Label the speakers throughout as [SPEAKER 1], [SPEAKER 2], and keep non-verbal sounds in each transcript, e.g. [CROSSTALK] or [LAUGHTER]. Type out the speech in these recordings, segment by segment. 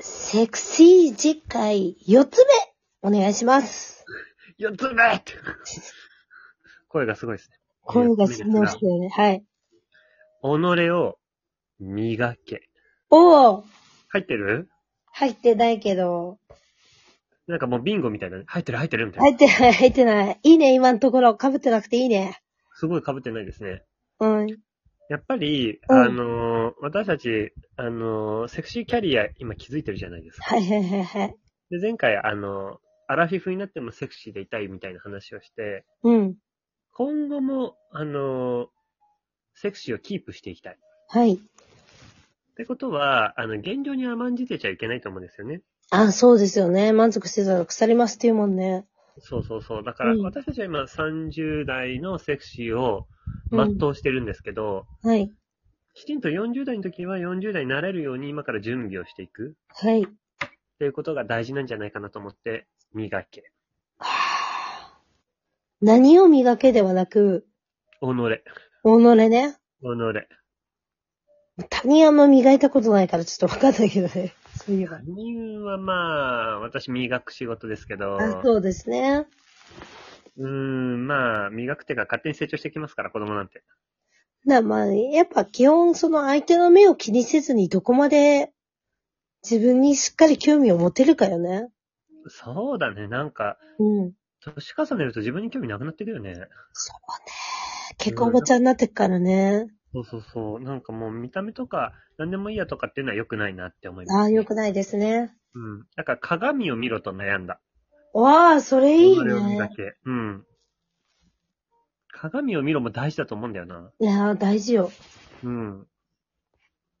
[SPEAKER 1] セクシー次回4つ目、お願いします。
[SPEAKER 2] 四つ目って声がすごいですね。
[SPEAKER 1] 声がしましたよね。はい。
[SPEAKER 2] 己を磨け。
[SPEAKER 1] おー
[SPEAKER 2] 入ってる
[SPEAKER 1] 入ってないけど、
[SPEAKER 2] なんかもうビンゴみたいなね。入ってる入ってるみたい
[SPEAKER 1] 入っ
[SPEAKER 2] な。
[SPEAKER 1] て [LAUGHS] ない、入ってない。いいね、今のところ。被ってなくていいね。
[SPEAKER 2] すごい被ってないですね。
[SPEAKER 1] うん。
[SPEAKER 2] やっぱり、
[SPEAKER 1] うん
[SPEAKER 2] あのー私たち、あのーセクシーキャリア今気づいてるじゃないですか。
[SPEAKER 1] はいはいはいはい。
[SPEAKER 2] で、前回、あのーアラフィフになってもセクシーでいたいみたいな話をして、
[SPEAKER 1] うん。
[SPEAKER 2] 今後も、あのーセクシーをキープしていきたい。
[SPEAKER 1] はい。
[SPEAKER 2] ってことは、あの、現状に甘んじてちゃいけないと思うんですよね。
[SPEAKER 1] あ、そうですよね。満足してたら腐りますっていうもんね。
[SPEAKER 2] そうそうそう。だから
[SPEAKER 1] う、ん
[SPEAKER 2] 私たちは今30代のセクシーを
[SPEAKER 1] うん
[SPEAKER 2] 全うしてるんですけど、
[SPEAKER 1] はい。
[SPEAKER 2] きちんと40代の時は40代になれるように今から準備をしていく
[SPEAKER 1] はい。
[SPEAKER 2] っていうことが大事なんじゃないかなと思って、磨け。
[SPEAKER 1] はあ何を磨けではなく、
[SPEAKER 2] 己。己。
[SPEAKER 1] 己ね。他人あんま磨いたことないからちょっとわかんないけどね。そういえば
[SPEAKER 2] 他。人はまあ、私磨く仕事ですけど、
[SPEAKER 1] あ、そうですね。
[SPEAKER 2] うーん、まあ、磨く手が勝手に成長してきますから、子供なんて。
[SPEAKER 1] な、まあ、やっぱ基本その相手の目を気にせずにどこまで自分にしっかり興味を持てるかよね。
[SPEAKER 2] そうだね、なんか、
[SPEAKER 1] うん。
[SPEAKER 2] 年重ねると自分に興味なくなってくよね。
[SPEAKER 1] 結構おばちゃんになってっからね。
[SPEAKER 2] そうそうそう。なんかもう見た目とか、何でもいいやとかっていうのは良くないなって思います、
[SPEAKER 1] ああ、良くないですね。
[SPEAKER 2] うん。だから鏡を見ろと悩んだ。
[SPEAKER 1] わあ、それいい
[SPEAKER 2] 己を磨
[SPEAKER 1] ね。
[SPEAKER 2] け。うん。鏡を見ろも大事だと思うんだよな。
[SPEAKER 1] いやー、大事よ。
[SPEAKER 2] うん。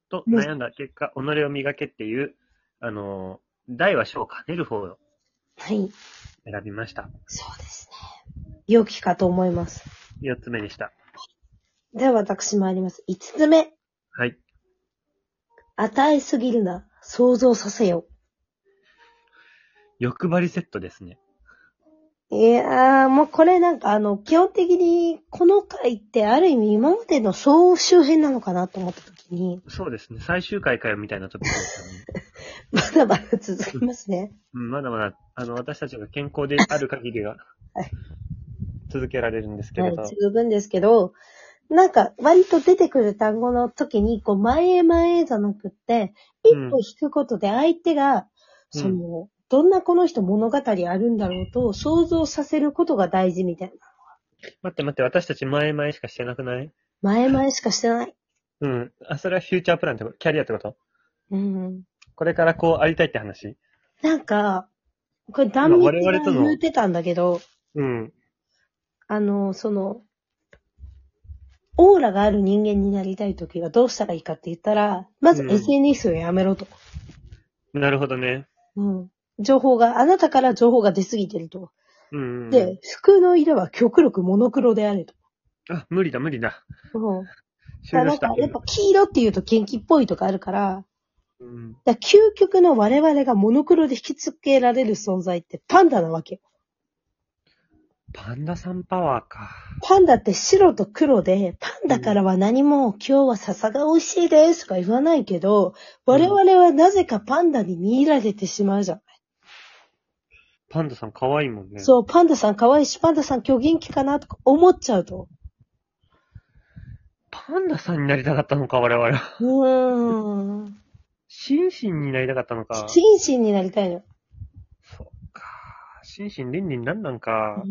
[SPEAKER 2] と、
[SPEAKER 1] ね
[SPEAKER 2] 悩んだ結果、己を磨けっていう、あのー、大は小を兼ねる方を
[SPEAKER 1] はい。
[SPEAKER 2] 選びました。
[SPEAKER 1] そうですね。良きかと思います。
[SPEAKER 2] 四つ目でした。
[SPEAKER 1] では私もあります。五つ目。
[SPEAKER 2] はい。
[SPEAKER 1] 与えすぎるな。想像させよ
[SPEAKER 2] 欲張りセットですね。
[SPEAKER 1] う。いやー、もうこれなんかあの、基本的にこの回ってある意味今までの総集編なのかなと思った時に、
[SPEAKER 2] そうですね。最終回かよみたいなトピックですよね。
[SPEAKER 1] [LAUGHS] まだまだ続きますね。
[SPEAKER 2] うん、まだまだ、あの、私たちが健康である限りは
[SPEAKER 1] はい、
[SPEAKER 2] 続けられるんですけ
[SPEAKER 1] は
[SPEAKER 2] れ
[SPEAKER 1] い
[SPEAKER 2] ど、、
[SPEAKER 1] 十分ですけど、なんか割と出てくる単語の時に、こう前へ前へじゃなくって、一
[SPEAKER 2] うん
[SPEAKER 1] 歩引くことで相手が、
[SPEAKER 2] うん
[SPEAKER 1] その、どんなこの人物語あるんだろうと想像させることが大事みたいな。
[SPEAKER 2] 待って待って、私たち前々しかしてなくない
[SPEAKER 1] 前々しかしてない。
[SPEAKER 2] うん。あ、それはフューチャープランってことキャリアってこと
[SPEAKER 1] うん。
[SPEAKER 2] これからこうありたいって話
[SPEAKER 1] なんか、これ断
[SPEAKER 2] まあ
[SPEAKER 1] 面
[SPEAKER 2] 我々
[SPEAKER 1] が
[SPEAKER 2] との
[SPEAKER 1] 言うてたんだけど、
[SPEAKER 2] うん。
[SPEAKER 1] あの、その、オーラがある人間になりたい時はどうしたらいいかって言ったら、まず
[SPEAKER 2] うん
[SPEAKER 1] SNS をやめろと。
[SPEAKER 2] なるほどね。
[SPEAKER 1] うん。情報が、あなたから情報が出すぎてると。
[SPEAKER 2] うん。
[SPEAKER 1] で、服の色は極力モノクロであれと。
[SPEAKER 2] あ、無理だ無理だ。
[SPEAKER 1] うん。だ
[SPEAKER 2] 終
[SPEAKER 1] から
[SPEAKER 2] 了
[SPEAKER 1] なん
[SPEAKER 2] した
[SPEAKER 1] か。やっぱ黄色って言うと元気っぽいとかあるから、
[SPEAKER 2] うん。
[SPEAKER 1] だから究極の我々がモノクロで引き付けられる存在ってパンダなわけ。
[SPEAKER 2] パンダさんパワーか。
[SPEAKER 1] パンダって白と黒で、パンダからは何も、今日は笹が美味しいですとか言わないけど、我々はなぜかパンダに見入られてしまうじゃん。
[SPEAKER 2] パンダさん可愛いもんね。う。
[SPEAKER 1] そう、パンダさん可愛いし、パンダさん今日元気かなとか思っちゃうと。
[SPEAKER 2] パンダさんになりたかったのか、我々は。
[SPEAKER 1] うーん。
[SPEAKER 2] シンシンになりたかったのか。
[SPEAKER 1] 心身になりたいの。
[SPEAKER 2] そうか。シンシン、リンリンなんなんか。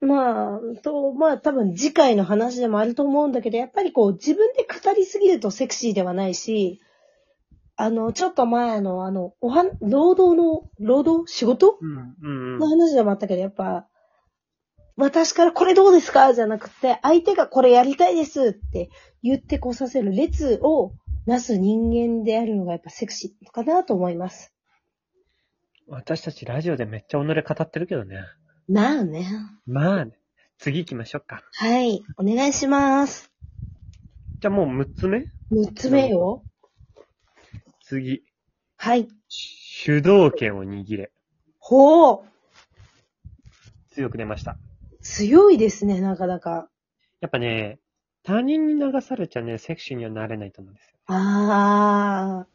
[SPEAKER 1] まあ、と、まあ多分次回の話でもあると思うんだけど、やっぱりこう自分で語りすぎるとセクシーではないし、あの、ちょっと前の、あの、おはん、労働の、労働仕事
[SPEAKER 2] うん、うん、うん
[SPEAKER 1] の。話でもあったけど、やっぱ、私からこれどうですかじゃなくて、相手がこれやりたいですって言ってこさせる列をなす人間であるのがやっぱセクシーかなと思います。
[SPEAKER 2] 私たちラジオでめっちゃ己語ってるけどね。
[SPEAKER 1] まあね。
[SPEAKER 2] まあ、ね、次行きましょうか。
[SPEAKER 1] はい。お願いします。
[SPEAKER 2] じゃあもう6つ目
[SPEAKER 1] 三つ目よ。
[SPEAKER 2] 次。
[SPEAKER 1] はい。
[SPEAKER 2] 主導権を握れ。
[SPEAKER 1] ほう。
[SPEAKER 2] 強く出ました。
[SPEAKER 1] 強いですね、なかなか。
[SPEAKER 2] やっぱね、他人に流されちゃね、セクシーにはなれないと思うんですよ。
[SPEAKER 1] あ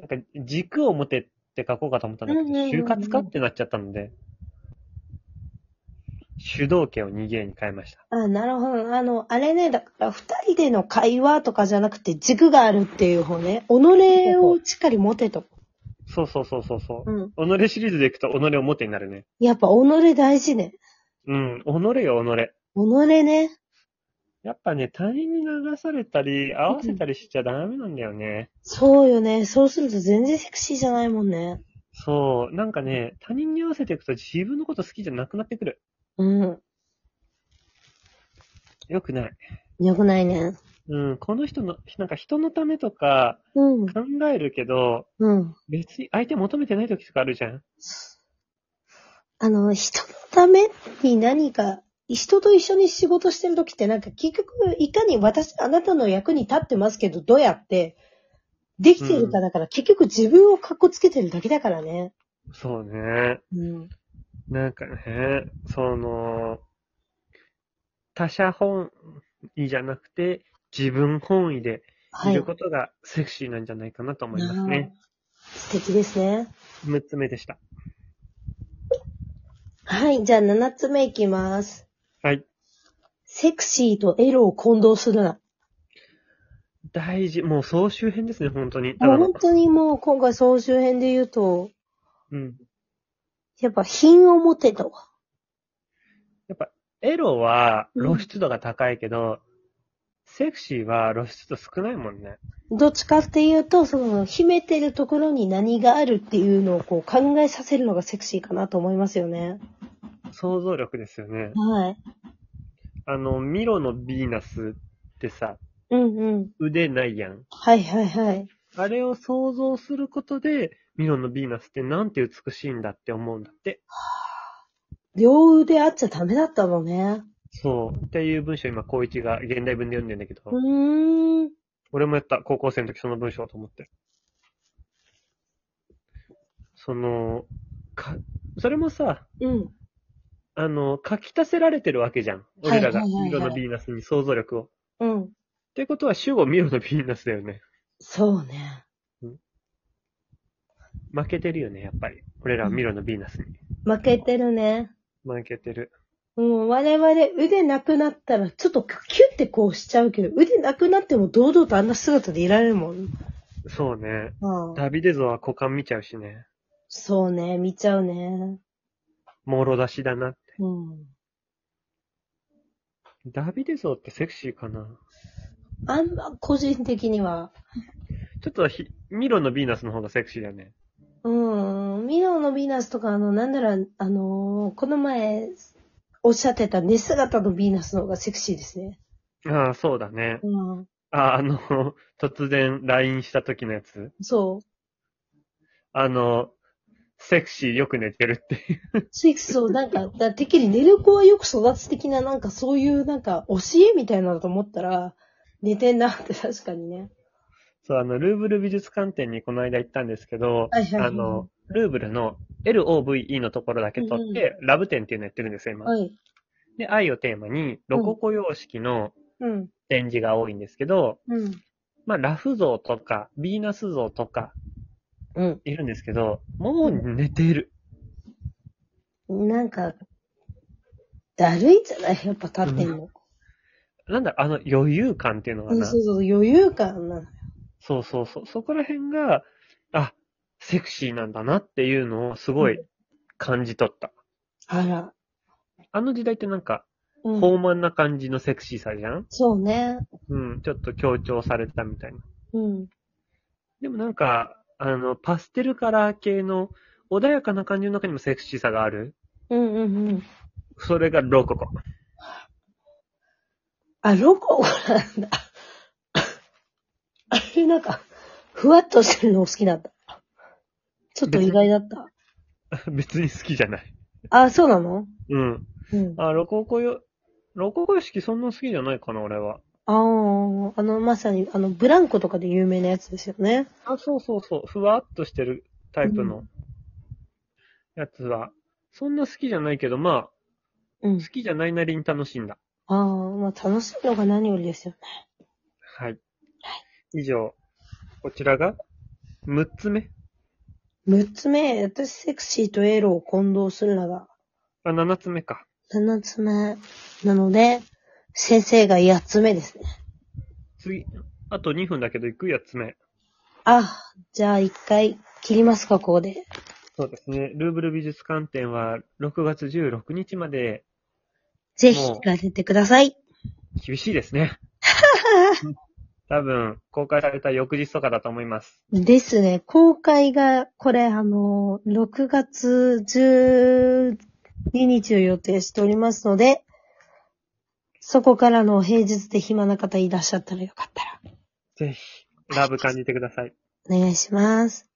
[SPEAKER 2] なんか軸を持てっって書こうかと思ったんだけど、
[SPEAKER 1] うんうんうんうん
[SPEAKER 2] 就活かってなっちゃったので、主導権を逃げに変えました。
[SPEAKER 1] あ、なるほど。あの、あれね、だから、二人での会話とかじゃなくて、軸があるっていう方ね。己をしっかり持てと。
[SPEAKER 2] そうそうそうそうそう。
[SPEAKER 1] うん。
[SPEAKER 2] 己シリーズでいくと己を表になるね。
[SPEAKER 1] やっぱ、己大事ね。
[SPEAKER 2] うん、己よ、己。
[SPEAKER 1] 己ね。
[SPEAKER 2] やっぱね、他人に流されたり、合わせたりしちゃダメなんだよね。
[SPEAKER 1] そうよね。そうすると全然セクシーじゃないもんね。
[SPEAKER 2] そう、なんかね、他人に合わせていくと自分のこと好きじゃなくなってくる。
[SPEAKER 1] うん。
[SPEAKER 2] よくない。
[SPEAKER 1] よくないね。
[SPEAKER 2] うん、この人の、なんか人のためとか
[SPEAKER 1] うん。
[SPEAKER 2] 考えるけど、
[SPEAKER 1] うん。
[SPEAKER 2] 別に相手求めてない時とかあるじゃん。
[SPEAKER 1] あの、人のために何か、人と一緒に仕事してる時ってなんか結局いかに私、あなたの役に立ってますけど、どうやってできてるかだから、結局自分をかっこつけてるだけだからね。
[SPEAKER 2] そうね。
[SPEAKER 1] うん。
[SPEAKER 2] なんかね、その、他者本位じゃなくて、自分本位で
[SPEAKER 1] はいい
[SPEAKER 2] る。ことがセクシーなんじゃないかなと思いますね。
[SPEAKER 1] 素敵ですね。
[SPEAKER 2] 6つ目でした。
[SPEAKER 1] はい、じゃあ7つ目いきます。
[SPEAKER 2] はい。
[SPEAKER 1] セクシーとエロを混同するな。
[SPEAKER 2] 大事、もう総集編ですね、本当に。だ
[SPEAKER 1] も
[SPEAKER 2] か
[SPEAKER 1] う
[SPEAKER 2] ら
[SPEAKER 1] 本、当にもう今回総集編で言うと、
[SPEAKER 2] うん。
[SPEAKER 1] やっぱ品を持てと。
[SPEAKER 2] やっぱ、エロは
[SPEAKER 1] うん
[SPEAKER 2] 露出度が高いけど、セクシーは露出度少ないもんね。
[SPEAKER 1] どっちかっていうと、その、秘めてるところに何があるっていうのをこう考えさせるのがセクシーかなと思いますよね。
[SPEAKER 2] 想像力ですよね。
[SPEAKER 1] はい。
[SPEAKER 2] あの、ミロのヴィーナスってさ、
[SPEAKER 1] うんうん。
[SPEAKER 2] 腕ないやん。
[SPEAKER 1] はいはいはい。
[SPEAKER 2] あれを想像することで、ミロのヴィーナスってなんて美しいんだって思うんだって。
[SPEAKER 1] 両腕あっちゃダメだったのね。
[SPEAKER 2] そう。っていう文章今、高一が現代文で読んでんだけど、
[SPEAKER 1] うーん。
[SPEAKER 2] 俺もやった、高校生の時その文章と思って。その、か、それもさ、
[SPEAKER 1] うん。
[SPEAKER 2] あの、書き足せられてるわけじゃん。俺らが、
[SPEAKER 1] はいはいはいはい
[SPEAKER 2] ミロのヴィーナスに想像力を。っ
[SPEAKER 1] うん。
[SPEAKER 2] てことは、主語ミロのヴィーナスだよね。
[SPEAKER 1] そうね。
[SPEAKER 2] 負けてるよね、やっぱり。俺らはミロのヴィーナスに。
[SPEAKER 1] 負けてるね。
[SPEAKER 2] 負けてる。
[SPEAKER 1] もう我々腕なくなったらちょっとキュッてこうしちゃうけど、腕なくなっても堂々とあんな姿でいられるもん。
[SPEAKER 2] そうね。
[SPEAKER 1] うん、
[SPEAKER 2] ダビデ像は股間見ちゃうしね。
[SPEAKER 1] そうね、見ちゃうね。
[SPEAKER 2] もろ出しだな。
[SPEAKER 1] うん。
[SPEAKER 2] ダビデ像ってセクシーかな。
[SPEAKER 1] あんま個人的には。
[SPEAKER 2] ちょっとひ、ミロのヴィーナスの方がセクシーだよね。
[SPEAKER 1] うん。ミロのヴィーナスとか、あの、なんなら、あのーこの前、おっしゃってた寝姿のヴィーナスの方がセクシーですね。
[SPEAKER 2] ああ、そうだね。
[SPEAKER 1] うん。
[SPEAKER 2] あ、あの、 [LAUGHS] 突然 LINE した時のやつ。
[SPEAKER 1] そ
[SPEAKER 2] あの、セクシーよく寝てるっていう。 [LAUGHS]
[SPEAKER 1] う。セクシー、そう、なんか、だてっきり寝る子はよく育つ的な、なんかそういう、なんか、教えみたいなのと思ったら、寝てんなって確かにね。
[SPEAKER 2] そう、あの、ルーブル美術館展にこの間行ったんですけど、
[SPEAKER 1] はいはいはい
[SPEAKER 2] あの、ルーブルの LOVE のところだけ取って、ラブ展っていうのやってるんですよ、今。
[SPEAKER 1] はい。
[SPEAKER 2] で、愛をテーマに、ロココ様式の
[SPEAKER 1] うん。
[SPEAKER 2] 展示が多いんですけど、
[SPEAKER 1] うん。
[SPEAKER 2] まあ、ラフ像とか、ヴィーナス像とか、
[SPEAKER 1] うん。
[SPEAKER 2] いるんですけど、もう寝ている。
[SPEAKER 1] なんか、だるいんじゃないやっぱ立ってんの。
[SPEAKER 2] なんだろ、あの余裕感っていうのか
[SPEAKER 1] うん、
[SPEAKER 2] な。
[SPEAKER 1] そうそう、余裕感なの。
[SPEAKER 2] そうそうそう。そこら辺が、あ、セクシーなんだなっていうのをすごい感じ取った。
[SPEAKER 1] あら。
[SPEAKER 2] あの時代ってなんか、
[SPEAKER 1] うん。
[SPEAKER 2] 豊満な感じのセクシーさじゃん
[SPEAKER 1] そうね。
[SPEAKER 2] うん、ちょっと強調されてたみたいな。
[SPEAKER 1] うん。
[SPEAKER 2] でもなんか、あの、パステルカラー系の穏やかな感じの中にもセクシーさがある。
[SPEAKER 1] うんうんうん。
[SPEAKER 2] それがロコ [LAUGHS] コ。
[SPEAKER 1] あ、ロコ [LAUGHS] なんだ。あれ、なんか、ふわっとしてるの好きなんだ。ちょっと意外だった。
[SPEAKER 2] 別に好きじゃない。
[SPEAKER 1] あ、そうなの
[SPEAKER 2] うん。
[SPEAKER 1] うん。あ
[SPEAKER 2] あ、ロココよ、ロココ式そんな好きじゃないかな、俺は。
[SPEAKER 1] あー、あの、まさに、あの、ブランコとかで有名なやつですよね。
[SPEAKER 2] あ、そうそうそう。ふわっとしてるタイプのやつは、そんな好きじゃないけど、ま
[SPEAKER 1] う
[SPEAKER 2] あ、
[SPEAKER 1] ん
[SPEAKER 2] 好。きじゃないなりに楽しんだ。
[SPEAKER 1] ああ、まあ、楽しいのが何よりですよね。
[SPEAKER 2] はい。以上、こちらが、6つ目。
[SPEAKER 1] 六つ目、私セクシーとエロを混同するなら、
[SPEAKER 2] あ、七つ目か。
[SPEAKER 1] 七つ目なので、先生が八つ目ですね。
[SPEAKER 2] 次、あと2分だけど行く八つ目。
[SPEAKER 1] あ、じゃあ一回切りますか、ここで。
[SPEAKER 2] そうですね。ルーブル美術館展は6月16日まで
[SPEAKER 1] ぜひ
[SPEAKER 2] もう
[SPEAKER 1] 行かせてください。
[SPEAKER 2] 厳しいですね。多分、公開された翌日とかだと思います。
[SPEAKER 1] ですね。公開が、これ、あの、6月12日を予定しておりますので、そこからの平日で暇な方いらっしゃったらよかったら、
[SPEAKER 2] ぜひ、ラブ感じてください。
[SPEAKER 1] お願いします。